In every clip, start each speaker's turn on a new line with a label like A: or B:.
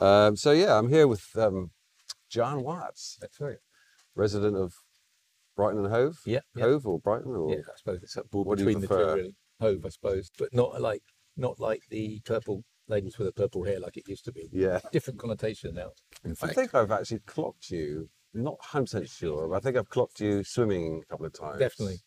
A: Um, so yeah, I'm here with um, John Watts,
B: That's right.
A: resident of Brighton and Hove,
B: Yeah. yeah.
A: Hove or Brighton or
B: Yeah, I suppose it's up ball
A: What do you
B: between the two,
A: prefer?
B: really. Hove, I suppose, but not like not like the purple ladies with the purple hair like it used to be.
A: Yeah.
B: Different connotation now. In
A: I
B: fact,
A: think I've actually clocked you. Not 100% sure, but I think I've clocked you swimming a couple of times.
B: definitely.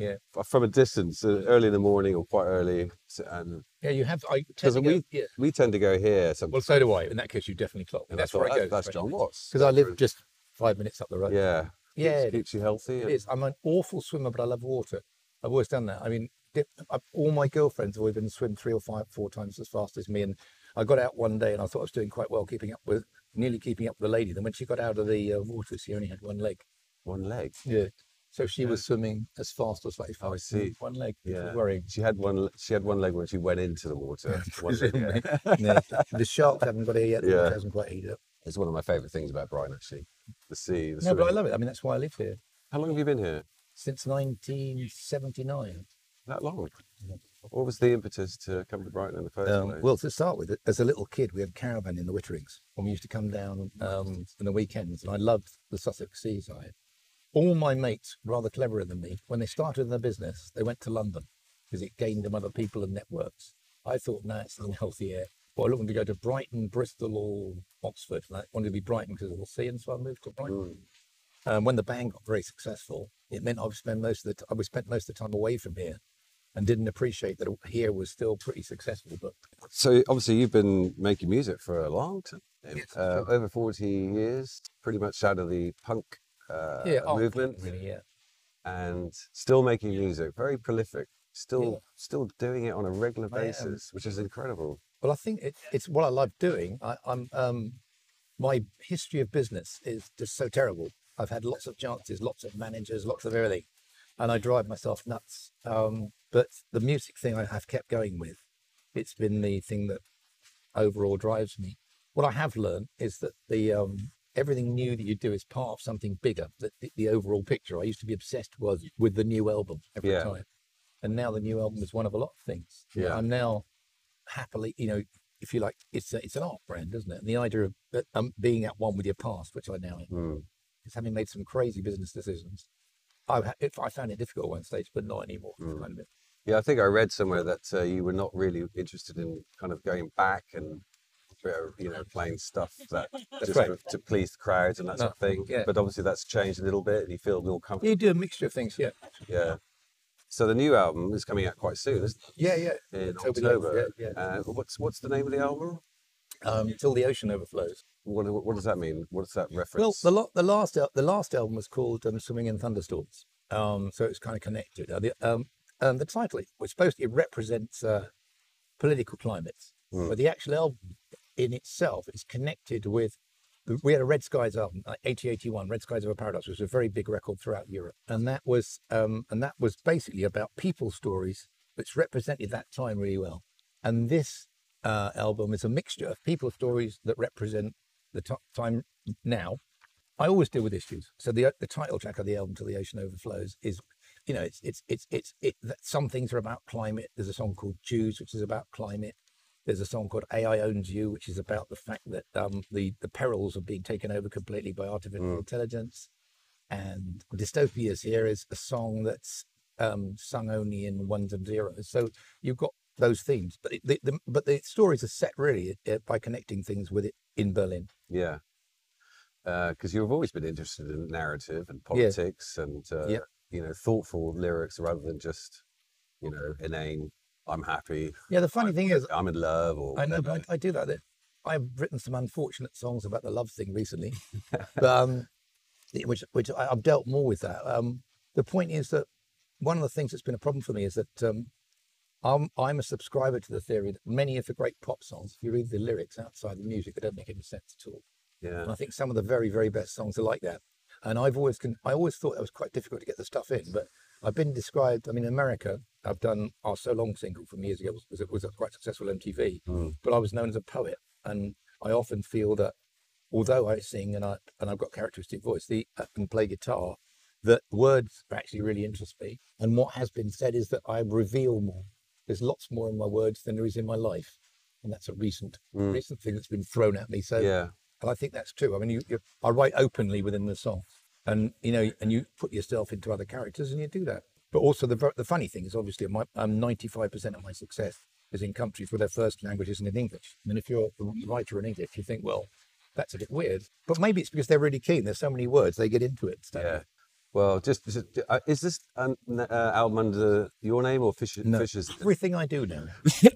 A: F- From a distance, uh, early in the morning or quite early. So- And
B: Yeah, you have. I tend
A: Because
B: to go,
A: we-
B: yeah.
A: we tend to go here sometimes.
B: Well, so do I. In that case, you definitely clock. me.
A: And I
B: That's
A: thought, "Oh,
B: where I go.
A: That's John Watts.
B: Because I live just five minutes up the road.
A: Yeah.
B: Yeah,
A: Keeps, keeps you healthy.
B: It
A: and-
B: is. I'm an awful swimmer, but I love water. I've always done that. I mean, di- I've, all my girlfriends have always been swim three or five, four times as fast as me. And I got out one day and I thought I was doing quite well, keeping up with, nearly keeping up with the lady. Then when she got out of the uh, water, she only had one leg.
A: One leg.
B: Yeah. So she was swimming as fast as like
A: I see.
B: one leg. which was
A: Yeah.
B: Worrying.
A: She had one. le- She had one leg when she went into the water. One leg, yeah.
B: Yeah. the sharks haven't got here yet. The
A: Yeah.
B: water hasn't quite heated up.
A: It's one of my favourite things about Brighton, actually. The sea. The
B: No, but I
A: swimming.
B: love it. I mean, that's why I live here
A: How long have you been here?
B: since 1979.
A: That long?
B: Yeah.
A: What was the impetus to come to Brighton in the first
B: Um,
A: place?
B: well, to start with, as a little kid, we had a caravan in the Witterings, and we used to come down um, on the weekends, and I loved the Sussex seaside. All my mates, rather cleverer than me, when they started in their business, they went to London because it gained them other people and networks. I thought, nah, it's unhealthy air. Well, I wanted to go to Brighton, Bristol, or Oxford. And I wanted to be Brighton because of the sea, and so I moved to Brighton.
A: Mm.
B: Um, when the band got very successful, it meant I would spend most of the t- I would spent most of the time away from here, and didn't appreciate that here was still pretty successful. But
A: So obviously you've been making music for a long time,
B: Yes,
A: uh,
B: sure.
A: over forty years, pretty much out of the punk uh,
B: yeah, art
A: movement,
B: Really, yeah.
A: and still making music. Very prolific. Still,
B: Yeah.
A: still doing it on a regular
B: I am.
A: basis, which is incredible.
B: Well, I think it, it's what I love doing. I, I'm um, my history of business is just so terrible. I've had lots of chances, lots of managers, lots of everything, and I drive myself nuts. Um, but the music thing I have kept going with. It's been the thing that overall drives me. What I have learned is that the um, everything new that you do is part of something bigger. The, the, the overall picture. I used to be obsessed with with the new album every
A: Yeah.
B: time, and now the new album is one of a lot of things.
A: Mm. Yeah.
B: I'm now happily, you know, if you like, it's a, it's an art brand, isn't it? And the idea of uh, um, being at one with your past, which I now am,
A: Mm.
B: is having made some crazy business decisions. I, ha- it, I found it difficult at one stage, but not anymore.
A: Mm.
B: Kind of.
A: Yeah, I think I read somewhere that uh, you were not really interested in kind of going back and you know, you know playing stuff that just
B: right.
A: to, to please the crowds and that sort of thing.
B: yeah.
A: But obviously that's changed a little bit, and you feel more comfortable.
B: You do a mixture of things, yeah.
A: Yeah. So the new album is coming out quite soon, isn't
B: Yeah, yeah.
A: it? In
B: October
A: October.
B: the eighth, yeah, yeah.
A: Uh, what's what's the name of the album?
B: Um, Till the ocean overflows.
A: What, what what does that mean? What's that
B: Well,
A: reference?
B: the, lo- the last el- the last album was called um, Swimming in Thunderstorms, um, so it's kind of connected. Uh, the, um, um, the title was supposed it represents uh, political climates,
A: Mm.
B: but the actual album in itself is connected with. We had a Red Skies album, uh, 8081, Red Skies Over Paradise, which was a very big record throughout Europe, and that was um, and that was basically about people stories, which represented that time really well. And this uh, album is a mixture of people stories that represent the t- time now. I always deal with issues. So the the title track of the album "Till the Ocean Overflows" is, you know, it's it's it's it's it. That some things are about climate. There's a song called "Jews," which is about climate. There's a song called "AI Owns You," which is about the fact that um, the the perils of being taken over completely by artificial
A: Mm.
B: intelligence. And "Dystopias" here is a song that's um, sung only in ones and zeros. So you've got those themes, but it, the, the but the stories are set really uh, by connecting things with it in Berlin.
A: yeah. Because you've always been interested in narrative and politics and uh,
B: Yeah.
A: you know thoughtful lyrics rather than just you know inane. I'm happy.
B: Yeah, the funny thing is,
A: I'm in love. Or
B: I know,
A: whatever.
B: but I, I do that. I've written some unfortunate songs about the love thing recently, but, um, which which I, I've dealt more with that. Um, the point is that one of the things that's been a problem for me is that um, I'm I'm a subscriber to the theory that many of the great pop songs, if you read the lyrics outside the music, they don't make any sense at all.
A: yeah.
B: And I think some of the very, very best songs are like that. And I've always, con- I always thought that was quite difficult to get the stuff in. But I've been described. I mean, in America, I've done our so long single from years ago was was, a- was a quite successful MTV.
A: Mm.
B: But I was known as a poet, and I often feel that although I sing and I and I've got characteristic voice, the I can play guitar, that words actually really interest me. And what has been said is that I reveal more. There's lots more in my words than there is in my life. and that's a recent
A: Mm.
B: recent thing that's been thrown at me. So
A: yeah,
B: and I think that's true. I mean, you, you I write openly within the song, and you know, and you put yourself into other characters, and you do that. But also, the ver- the funny thing is, obviously, my, um, 95% of my success is in countries where their first language isn't in English. And if you're a writer in English, you think, well, that's a bit weird. But maybe it's because they're really keen. There's so many words, they get into it. So.
A: yeah. Well, just, just uh, is this an, uh, album under your name or Fisher,
B: No,
A: Fisher's?
B: everything I do now,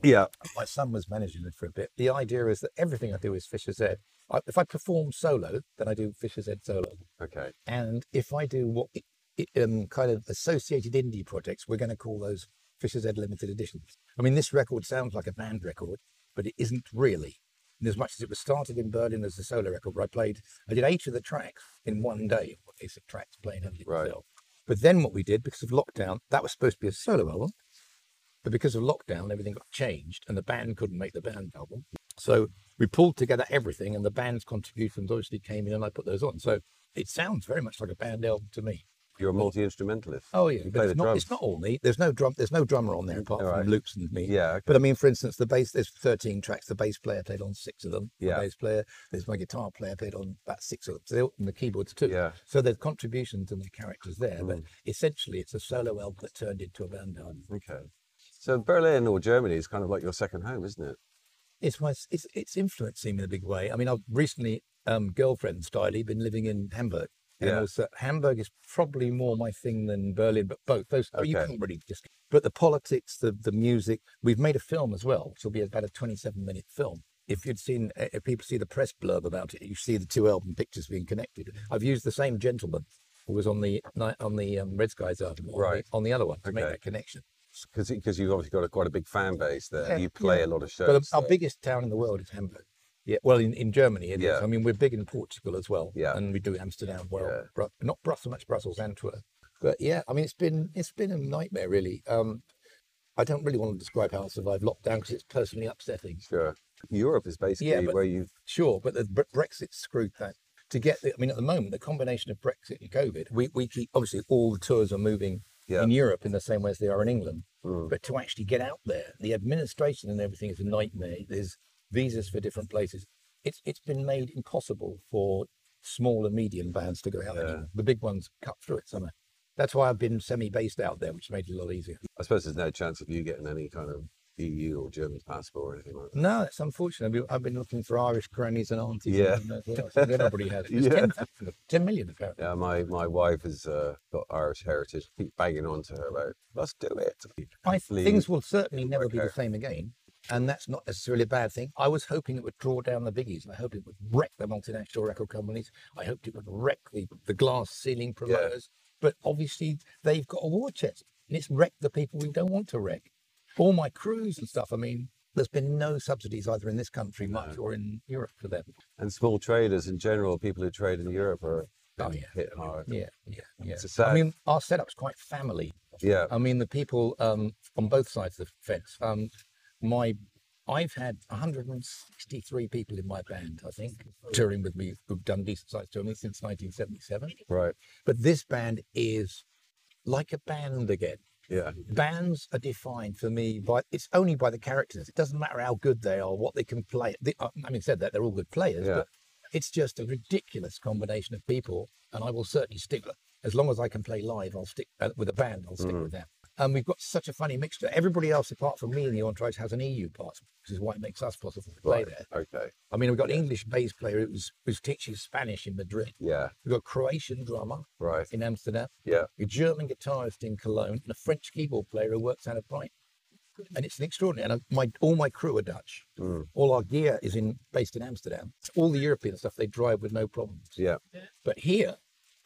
A: yeah,
B: my son was managing it for a bit. The idea is that everything I do is Fisher Z. I, if I perform solo, then I do Fisher Z solo.
A: okay.
B: And if I do what i- i- um, kind of associated indie projects, we're going to call those Fisher's Ed limited editions. I mean, this record sounds like a band record, but it isn't really. And as much as it was started in Berlin as a solo record, where I played, I did eight of the tracks in one day, or basic tracks playing only
A: Right.
B: itself. But then what we did, because of lockdown, that was supposed to be a solo album, but because of lockdown, everything got changed, and the band couldn't make the band album. So we pulled together everything, and the band's contributions obviously came in, and I put those on. So it sounds very much like a band album to me.
A: You're a multi instrumentalist.
B: Oh yeah,
A: You
B: but
A: play the
B: it's not,
A: drums.
B: it's not all me. There's no drum. There's no drummer on there apart
A: alright.
B: from loops and me.
A: Yeah, okay.
B: But I mean, for instance, the bass. There's 13 tracks. The bass player played on six of them.
A: Yeah.
B: The bass player. There's my guitar player played on about six of them. So they all- and the keyboards too.
A: Yeah. Hmm.
B: So there's contributions and the characters there, but essentially it's a solo album that turned into a band album.
A: Okay. So Berlin or Germany is kind of like your second home, isn't it?
B: It's my, it's it's influencing me in a big way. I mean, I've recently um, girlfriend styly been living in Hamburg. And
A: Yeah.
B: also Hamburg is probably more my thing than Berlin, but both those oh, you
A: Okay.
B: can't really just. But the politics, the the music. We've made a film as well, which will be about a twenty-seven minute film. If you'd seen, eh, if people see the press blurb about it, you see the two album pictures being connected. I've used the same gentleman who was on the ni- on the um, Red Skies album, on the-
A: Right.
B: on the other one to make
A: Okay.
B: that connection.
A: Because you've obviously got a, quite a big fan base there.
B: Yeah,
A: you play
B: yeah.
A: a lot of shows.
B: But our
A: there.
B: biggest town in the world is Hamburg. Yeah, well, in, in Germany it is.
A: Yeah.
B: I mean, we're big in Portugal as well.
A: Yeah.
B: and we do Amsterdam well.
A: Yeah.
B: Bru- not Brussels, so much Brussels, Antwerp. But yeah, I mean, it's been it's been a nightmare really. Um, I don't really want to describe how I survived lockdown because it's personally upsetting.
A: Sure. Europe is basically
B: but-
A: where you've.
B: Sure, but the Bre- Brexit screwed that. To get, the, I mean, at the moment, the combination of Brexit and COVID, we, we keep obviously all the tours are moving
A: Yeah.
B: in Europe in the same way as they are in England.
A: Mm.
B: But to actually get out there, the administration and everything is a nightmare. There's visas for different places. It's it's been made impossible for small and medium bands to go out.
A: Yeah.
B: anymore. The big ones cut through it somehow. That's why I've been semi-based out there, which made it a lot easier.
A: I suppose there's no chance of you getting any kind of EU or German passport or anything like that.
B: No, it's unfortunate. I've been- I've been looking for Irish grannies and aunties. and
A: Yeah.
B: everything else. nobody has. There's
A: Yeah.
B: 10,000 10 million apparently.
A: Yeah, my, my wife has uh, got Irish heritage. I keep banging on to her about, let's do it.
B: I,
A: Hopefully-
B: things will certainly never be the
A: Okay.
B: same again. And that's not necessarily a bad thing. I was hoping it would draw down the biggies. and I hoped it would wreck the multinational record companies. I hoped it would wreck the, the glass ceiling promoters. But obviously, they've got a war chest and it's wrecked the people we don't want to wreck. All my crews and stuff. I mean, there's been no subsidies either in this country much or in Europe for them.
A: And small traders in general, people who trade in Europe are
B: Oh,
A: been
B: yeah.
A: hit hard.
B: Yeah, yeah, yeah.
A: It's a sad-
B: I mean, our setup's quite family
A: Yeah.
B: I mean, the people um, on both sides of the fence. Um, my, I've had 163 people in my band, I think, touring with me who've done decent sized touring since 1977.
A: Right.
B: But this band is like a band again.
A: Yeah.
B: Bands are defined for me by it's only by the characters. It doesn't matter how good they are, what they can play. The, uh, having said that, they're all good players,
A: Yeah.
B: but it's just a ridiculous combination of people. And I will certainly stick with as long as I can play live. I'll stick uh, with a band. I'll
A: Mm.
B: stick with them. And we've got such a funny mixture. Everybody else, apart from me and the entourage, has an EU passport, which is why it makes us possible to play
A: Right.
B: there.
A: Okay.
B: I mean, we've got an English bass player who's, who's teaching Spanish in Madrid.
A: Yeah.
B: We've got a Croatian drummer
A: Right.
B: in Amsterdam
A: Yeah.
B: a German guitarist in Cologne, and a French keyboard player who works out of Brighton. And it's an extraordinary. And I- my all my crew are Dutch.
A: Mm.
B: All our gear is in based in Amsterdam. All the European stuff they drive with no problems.
A: Yeah.
B: But here,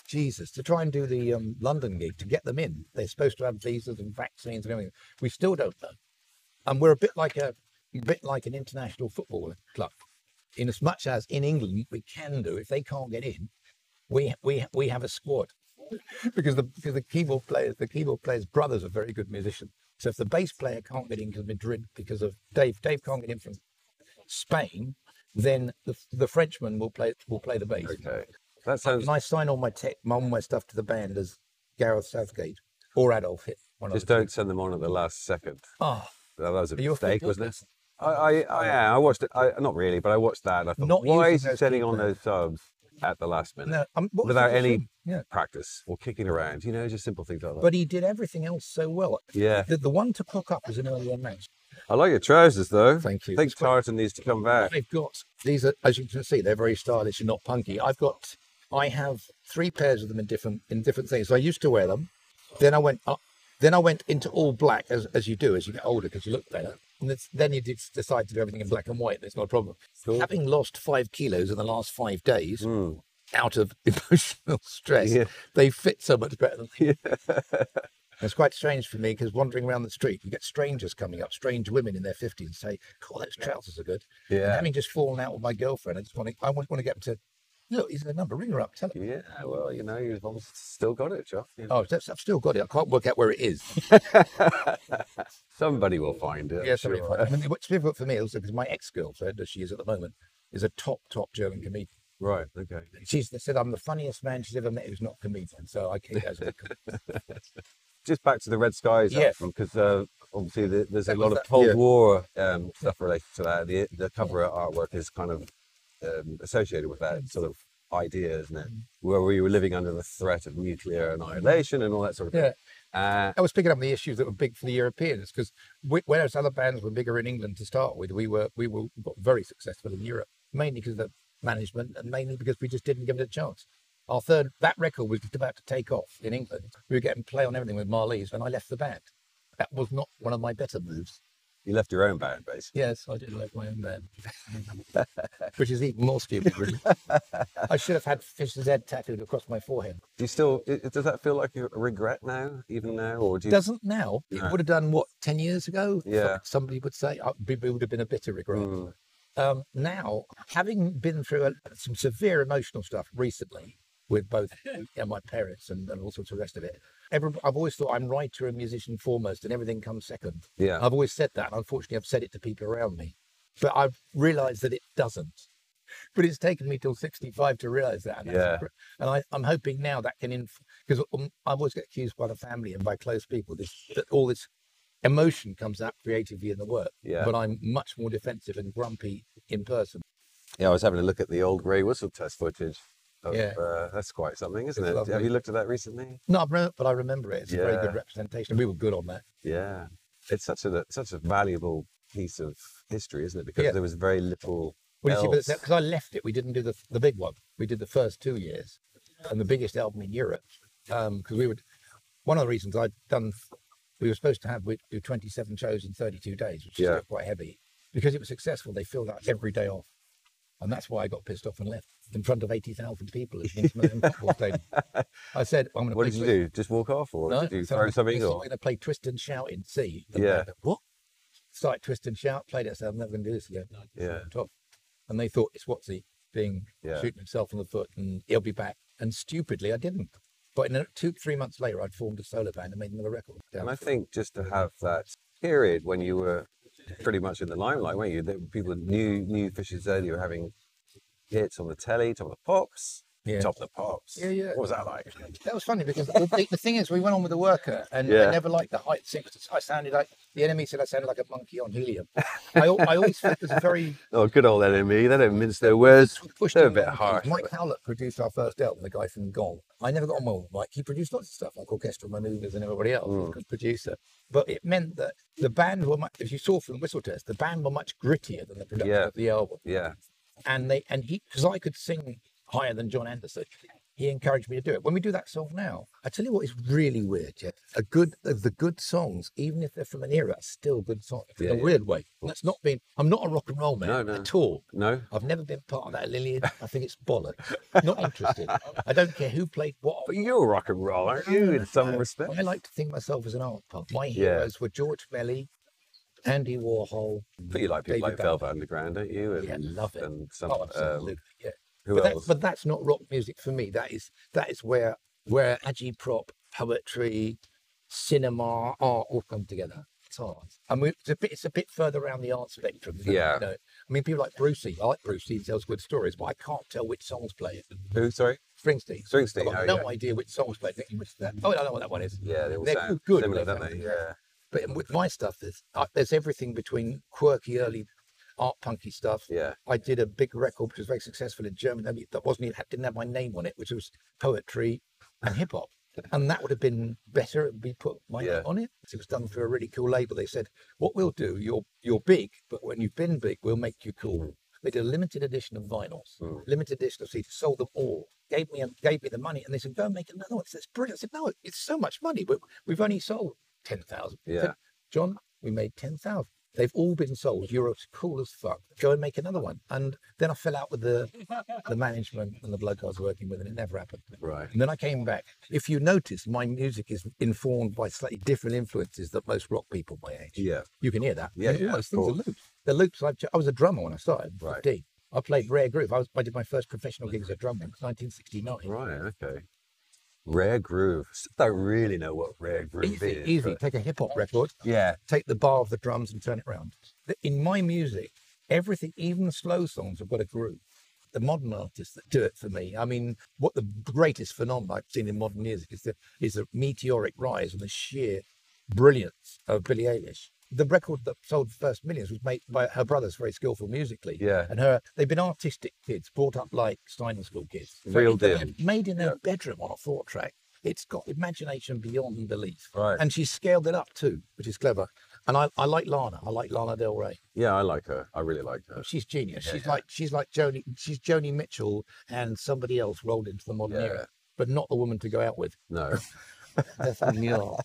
B: Jesus, to try and do the um, London gig to get them in, they're supposed to have visas and vaccines and everything. We still don't know, and we're a bit like a bit like an international football club. In as much as in England we can do, if they can't get in, we we we have a squad because the because the keyboard players the keyboard players brothers are very good musicians. So if the bass player can't get into Madrid because of Dave, Dave can't get in from Spain, then the, the Frenchman will play will play the bass.
A: Okay. That sounds
B: And I sign all my tech, all my stuff to the band as Gareth Southgate or Adolf Hitler. One of
A: Just
B: the two.
A: don't send them on at the last second.
B: Ah,
A: That was a
B: Are you a
A: mistake,
B: football
A: wasn't it?
B: person?
A: I, I, I, yeah, I watched it. I, not really, but I watched that. and I thought,
B: Oh. Not
A: why
B: using
A: is he
B: those
A: setting
B: key
A: on
B: players.
A: those subs at the last minute?
B: No, um, what was
A: Without
B: the
A: any-
B: thing? Yeah,
A: Practice or kicking around, you know, just simple things like that.
B: but he did everything else so well.
A: yeah,
B: The, the one to cock up was an earlier match.
A: I like your trousers though.
B: Thank
A: I
B: you.
A: think Tarleton needs to come back.
B: I've got these are, as you can see, they're very stylish and not punky. I've got, I have three pairs of them in different in different things. So I used to wear them, then I went up, then I went into all black as as you do as you get older because you look better. And it's, then you dec- decide to do everything in black and white. and It's not a problem.
A: Cool.
B: Having lost five kilos in the last five days
A: Mm.
B: out of emotional stress,
A: Yeah.
B: they fit so much better than they It's quite strange for me because wandering around the street, you get strangers coming up, strange women in their 50s, and say, God, those trousers are good. And
A: Yeah.
B: having just fallen out with my girlfriend, I just want to, I want, to get to, look, is her number? Ring her up, tell her.
A: Yeah, well, you know, you've obviously still got it, Jeff. you know.
B: Oh, that's, I've still got it. I can't work out where it is.
A: Somebody will find it. I'm
B: yeah, sorry.
A: sure.
B: I mean, what's difficult for me also because my ex-girlfriend, as she is at the moment, is a top, top German comedian.
A: Right, okay.
B: She's they said I'm the funniest man she's ever met who's not a comedian. So I keep that as a
A: Just back to the Red Skies,
B: Yeah.
A: because uh, obviously the, there's a
B: That
A: lot
B: was
A: of
B: that-
A: Cold
B: yeah.
A: War um, stuff related to that. The, the cover artwork is kind of um, associated with that sort of idea, isn't it?
B: Mm-hmm.
A: Where we were living under the threat of nuclear annihilation and all that sort of
B: Yeah.
A: thing. Uh,
B: I was picking up on the issues that were big for the Europeans because whereas other bands were bigger in England to start with, we were we were got very successful in Europe, mainly because of the management and mainly because we just didn't give it a chance. Our third that record was just about to take off in England. We were getting play on everything with Marlies, and I left the band. That was not one of my better moves.
A: you left your own band, basically.
B: Yes, I did like my own band, which is even more stupid. Really, I should have had Fisher's Head tattooed across my forehead.
A: Do you still, i- does that feel like a regret now, even now? Or do you,
B: doesn't now. It
A: No.
B: would have done what ten years ago. some-
A: Yeah.
B: somebody would say uh, it would have been a bitter regret.
A: Mm,
B: Um, now, having been through a, some severe emotional stuff recently with both you know, my parents and, and all sorts of rest of it, every, I've always thought I'm writer and musician foremost, and everything comes second.
A: yeah.
B: I've always said that, and unfortunately, I've said it to people around me, but I've realised that it doesn't. But it's taken me till 65 to realise that. And, that's
A: Yeah.
B: incre- and I, I'm hoping now that can, because um, I always get accused by the family and by close people this, that all this emotion comes out creatively in the work.
A: Yeah.
B: But I'm much more defensive and grumpy in person.
A: Yeah, I was having a look at the old Grey Whistle test footage. Of,
B: Yeah.
A: uh, that's quite something, isn't
B: It's
A: it? Have
B: lovely.
A: you looked at that recently?
B: No, I've re- but I remember it. It's a very
A: Yeah.
B: good representation. We were good on that.
A: Yeah, it's such a such a valuable piece of history, isn't it? Because
B: Yeah.
A: there was very little.
B: Well, you see,
A: else.
B: because I left it, we didn't do the, the big one. We did the first two years and the biggest album in Europe. Because we would, one of the reasons I'd done, we were supposed to have, we'd do 27 shows in 32 days, which is
A: Yeah.
B: still quite heavy. Because it was successful, they filled out every day off. And that's why I got pissed off and left in front of 80,000 people at the International Football Stadium. I said, I'm going to
A: What did you do? Just walk off, or
B: no,
A: did you
B: so
A: throw
B: we-
A: something?
B: We
A: Or
B: going to play Twist and Shout in C. The
A: Yeah.
B: band went, What? Started Twist and Shout, played it. I said, I'm never going to do this again.
A: Yeah.
B: Top. And they thought it's Watsy being
A: Yeah.
B: shooting himself in the foot and he'll be back. And stupidly, I didn't. But in a, two, three months later, I'd formed a solo band and made another record. Yeah.
A: and I think just to have that period when you were pretty much in the limelight, weren't you? That people knew knew Fisher's Head. You were having hits on the telly, top of the pops,
B: Yeah.
A: top of the pops.
B: Yeah, yeah.
A: What was that like?
B: That was funny because the, the- the thing is, we went on with the worker, and
A: Yeah.
B: I never liked the height thing. 'cause I sounded like the enemy said I sounded like a monkey on helium. I, al- I always felt it was a very
A: Oh, good old enemy. They don't mince their words.
B: pushed
A: They're a
B: him
A: bit
B: around.
A: harsh.
B: Mike Howlett produced our first album, the guy from Gone. I never got on well with Mike. He produced lots of stuff like Orchestral Maneuvers and everybody else. He
A: Hmm.
B: was a good producer. But it meant that the band were much, if you saw from the whistle test, the band were much grittier than the production
A: Yeah.
B: of the album.
A: Yeah,
B: And they, and he, because I could sing higher than John Anderson, he encouraged me to do it. When we do that song now, I tell you what is really weird, yeah. A good, the- the good songs, even if they're from an era, are still good songs in
A: Yeah,
B: a
A: yeah.
B: weird way. That's not been, I'm not a rock and roll man
A: No, no.
B: at all.
A: no.
B: I've never been part of that, Lillian. I think it's bollocks. Not interested. I don't care who played what. Uh,
A: But you're rock and roll, aren't you? In some respect.
B: I like to think of myself as an art punk. My
A: Yeah.
B: heroes were George Melly, Andy Warhol.
A: But you like people
B: David
A: like
B: Bowie.
A: Velvet Underground, don't you? And,
B: Yeah, love it.
A: And some, um,
B: oh, absolutely. yeah.
A: who
B: But, that,
A: else?
B: but that's not rock music for me. That is that is where where agitprop, poetry, cinema, art all come together. It's art, and we, it's a bit it's a bit further around the art spectrum. than,
A: Yeah.
B: You know, I mean, people like Brucey. I like Brucey. He tells good stories, but I can't tell which songs play it.
A: who? Sorry.
B: Springsteen.
A: Springsteen,
B: I've got
A: oh,
B: no
A: yeah.
B: idea which song's played. What's that? Oh, I know what that one is.
A: Yeah, they all
B: They're
A: sound
B: good,
A: similar,
B: they
A: don't they?
B: sound.
A: Yeah.
B: But with my stuff, there's uh, there's everything between quirky early art punky stuff.
A: Yeah.
B: I did a big record which was very successful in Germany. I mean, that wasn't even, didn't have my name on it, which was poetry and hip hop. And that would have been better. It would be put my
A: Yeah.
B: name on it. It was done through a really cool label. They said, "What we'll do, you're you're big, but when you've been big, we'll make you cool." They did a limited edition of vinyls,
A: Mm.
B: limited edition of CDs, sold them all. Gave me gave me the money, and they said, "Go and make another one." I said, "It's brilliant." I said, "No, it's so much money, but we've only sold ten thousand.
A: Yeah.
B: John, we made 10,000. They've all been sold. Europe's cool as fuck. Go and make another one. And then I fell out with the, the management and the bloke I was working with, and it never happened.
A: Right.
B: And then I came back. If you notice, my music is informed by slightly different influences than most rock people my age.
A: Yeah.
B: You can hear that.
A: Yeah,
B: And all
A: yeah,
B: those
A: of
B: things are
A: course.
B: loops. The loops I've, ch- I was a drummer when I started.
A: Right.
B: 15. I played rare groove. I, was, I did my first professional gig as a drummer in 1969.
A: Right. Okay. Rare groove. Still don't really know what rare groove
B: Easy,
A: is.
B: easy.
A: but-
B: Take a hip hop record,
A: Yeah.
B: take the bar of the drums and turn it round. The- In my music, everything, even the slow songs, have got a groove. The modern artists that do it for me. I mean, what the greatest phenomenon I've seen in modern music is the is the meteoric rise and the sheer brilliance of Billie Eilish. The record that sold the first millions was made by her brothers, very skillful musically.
A: Yeah.
B: and her they've been artistic kids, brought up like Steiner school kids. So
A: Real
B: it's a-
A: deal.
B: Made in her bedroom on a four track. It's got imagination beyond belief.
A: Right.
B: And she scaled it up too, which is clever. And I, I like Lana. I like Lana Del Rey.
A: Yeah. I like her. I really like her.
B: She's genius.
A: Yeah,
B: she's
A: yeah.
B: like she's like Joni she's Joni Mitchell and somebody else rolled into the modern
A: Yeah.
B: era, but not the woman to go out with.
A: No.
B: Definitely not.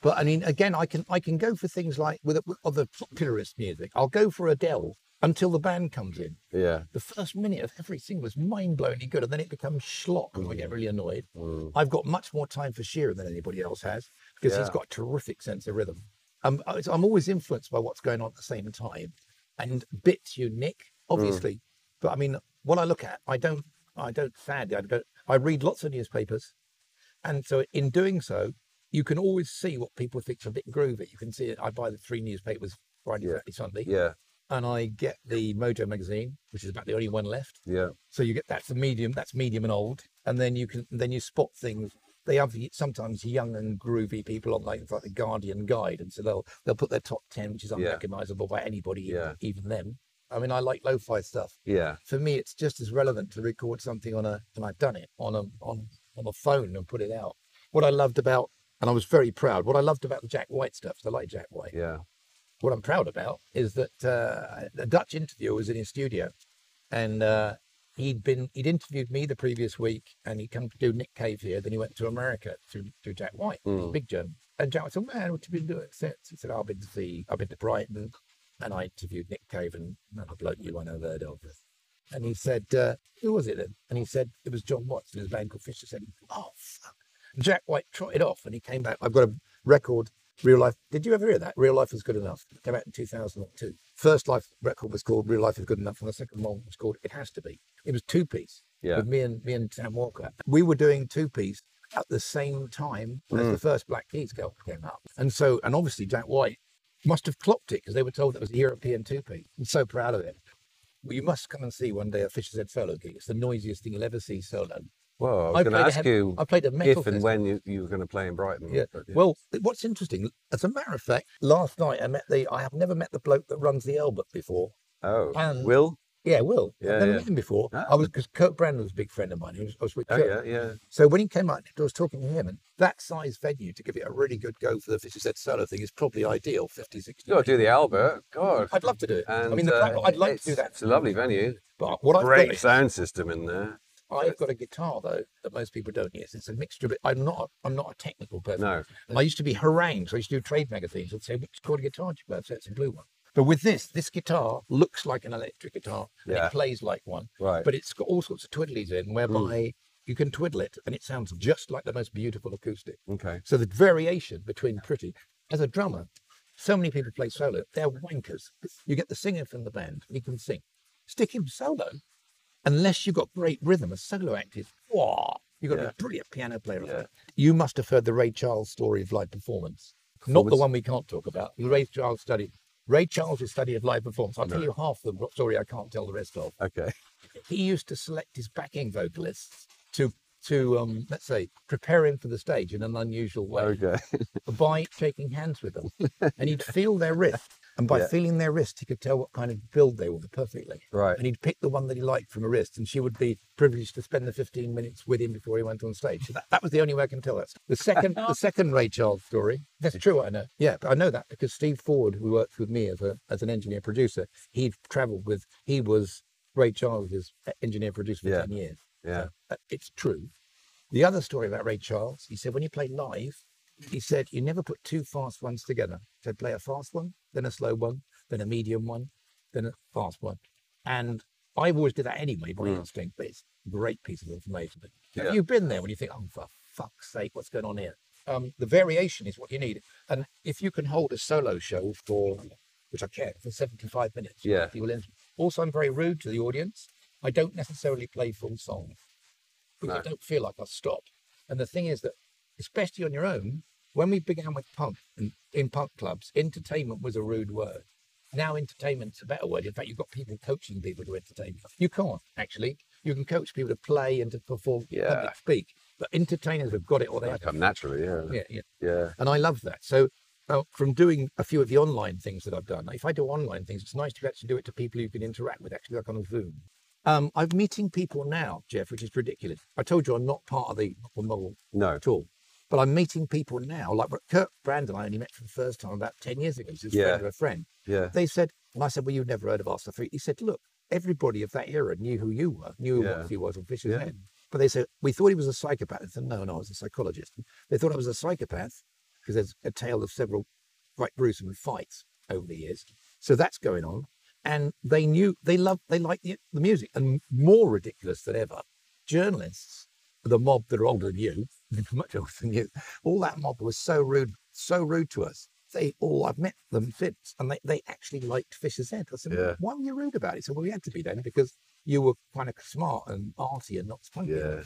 B: but I mean, again, I can I can go for things like with, with other popularist music. I'll go for Adele until the band comes in.
A: Yeah.
B: The first minute of every single is mind-blowingly good, and then it becomes schlock, and I get really annoyed.
A: Mm.
B: I've got much more time for Shearer than anybody else has because he's
A: Yeah.
B: got a terrific sense of rhythm. Um, I- so I'm always influenced by what's going on at the same time, and bits you nick,
A: Hmm.
B: obviously. But I mean, what I look at, I don't, I don't sadly, I don't. I read lots of newspapers, and so in doing so, you can always see what people think's a bit groovy. You can see it. I buy the three newspapers Friday,
A: Yeah.
B: Saturday, Sunday,
A: Yeah.
B: and I get the Mojo magazine, which is about the only one left.
A: Yeah.
B: So you get that's the medium, that's medium and old, and then you can then you spot things. They have y- sometimes young and groovy people on like it's like the Guardian Guide, and so they'll they'll put their top ten, which is
A: Yeah.
B: unrecognisable by anybody,
A: Yeah.
B: even them. I mean, I like lo-fi stuff.
A: Yeah.
B: For me, it's just as relevant to record something on a and I've done it on a on on a phone and put it out. What I loved about and I was very proud. What I loved about the Jack White stuff, 'cause I like Jack White
A: Yeah.
B: what I'm proud about is that uh, a Dutch interviewer was in his studio, and uh, he'd been he'd interviewed me the previous week, and he'd come to do Nick Cave here. Then he went to America to to Jack White,
A: Mm.
B: big German. And Jack White said, "Man, what have you been doing since?" He said, "I've been to see, I've been to Brighton, and I interviewed Nick Cave and another bloke you I never heard of." And he said, uh, "Who was it?" Then? And he said, "It was John Watts and his band called Fisher." Said, "Oh fuck!" Jack White trotted off, and he came back. I've got a record Real Life. Did you ever hear that? Real Life is Good Enough. It came out in 2002. First Life record was called Real Life is Good Enough, and the second one was called It Has to Be. It was two piece
A: Yeah.
B: with me and me and Sam Walker. We were doing two piece at the same time
A: Mm.
B: as the first Black Keys girl came up, and so and obviously Jack White must have clocked it because they were told that was a European two piece. I'm so proud of it. Well, you must come and see one day a Fisher Z solo gig. It's the noisiest thing you'll ever see solo.
A: Well, I was going to
B: played a
A: ask
B: hev-
A: you
B: I played a metal
A: if and
B: festival.
A: when you, you were going to play in Brighton.
B: Yeah.
A: but
B: Well, what's interesting, as a matter of fact, last night I met the, I have never met the bloke that runs the Elbert before.
A: oh,
B: and-
A: Will.
B: Yeah, Will.
A: Yeah,
B: I've never
A: yeah.
B: met him before.
A: Ah.
B: I was, because Kurt Brandon was a big friend of mine. He was, I was with
A: Oh
B: Kurt.
A: yeah, yeah.
B: So when he came out, I was talking to him, and that size venue to give it a really good go for the 50 cent solo thing is probably ideal 50, 60.
A: You got to do the Albert. God.
B: I'd love to do it.
A: And,
B: I mean, the
A: uh,
B: fact that I'd like to do
A: it's-
B: that,
A: It's a lovely venue.
B: but what I've
A: Great
B: got is-
A: sound system in there.
B: I've got a guitar though that most people don't use. It's a mixture, but I'm not. I'm not a technical person.
A: No.
B: And I used to be harangued. So I used to do trade magazines and say, "Which chord guitar do you play?" So it's a blue one. But with this, this guitar looks like an electric guitar and
A: Yeah.
B: it plays like one.
A: Right. Hmm.
B: But it's got all sorts of twiddlies in, whereby you can twiddle it and it sounds just like the most beautiful acoustic.
A: Okay.
B: So the variation between pretty as a drummer, so many people play solo. They're wankers. You get the singer from the band. He can sing. Stick him solo, unless you've got great rhythm. A solo act is wow. You've got to be
A: Yeah.
B: a brilliant piano player. or
A: Yeah.
B: something. You must have heard the Ray Charles story of live performance, not the
A: Performance?
B: one we can't talk about. The Ray Charles study. Ray Charles' study of live performance. I'll tell you half the story I can't tell the rest of
A: Okay.
B: he used to select his backing vocalists to to, um, let's say, prepare him for the stage in an unusual way
A: Okay.
B: by shaking hands with them. and he'd feel their wrist. And by
A: Yeah.
B: feeling their wrist, he could tell what kind of build they were perfectly.
A: Right.
B: And he'd pick the one that he liked from a wrist, and she would be privileged to spend the 15 minutes with him before he went on stage. So that, that was the only way I can tell that. The second, the second Ray Charles story, that's true, I know. Yeah, but I know that because Steve Ford, who worked with me as, a, as an engineer producer, he'd traveled with, he was Ray Charles's e, engineer producer for
A: Yeah.
B: 10 years.
A: Yeah.
B: Uh, It's true. The other story about Ray Charles, he said when you play live, he said you never put two fast ones together. So play a fast one, then a slow one, then a medium one, then a fast one. And I've always did that anyway by
A: Mm.
B: instinct, but it's a great piece of information. But
A: Yeah.
B: Have you been there when you think, oh, for fuck's sake, what's going on here? Um, the variation is what you need. And if you can hold a solo show for, which I can, for 75 minutes,
A: Yeah.
B: you will enter. Also, I'm very rude to the audience. I don't necessarily play full songs because
A: No.
B: I don't feel like I'll stop. And the thing is that, especially on your own, when we began with punk and in punk clubs, entertainment was a rude word. Now entertainment's a better word. In fact, you've got people coaching people to entertain. You can't actually. You can coach people to play and to perform,
A: Yeah.
B: public speak, but entertainers have got it all. They
A: That
B: have.
A: come naturally. Yeah.
B: Yeah, yeah.
A: Yeah.
B: And I love that. So uh, from doing a few of the online things that I've done, if I do online things, it's nice to actually do it to people you can interact with, actually, like on a Zoom. Um, I'm meeting people now, Jeff, which is ridiculous. I told you I'm not part of the model
A: No.
B: at all, but I'm meeting people now. Like Kurt Brand and I only met for the first time about 10 years ago. He's a
A: Yeah.
B: friend of a friend.
A: Yeah.
B: They said, and I said, well, you've never heard of Arthur Free. He said, look, everybody of that era knew who you were, knew who
A: Yeah.
B: what he was, and Fisher's
A: Yeah.
B: head. But they said, we thought he was a psychopath. I said, no, no, I was a psychologist. They thought I was a psychopath because there's a tale of several quite gruesome fights over the years. So that's going on. And they knew, they loved, they liked the, the music. And more ridiculous than ever, journalists, the mob that are older than you, much older than you, all that mob was so rude, so rude to us. They all, I've met them since, and they, they actually liked Fisher's Head. I said,
A: Yeah.
B: why were you rude about it? So well, we had to be then because you were kind of smart and arty and not spunky.
A: Yeah.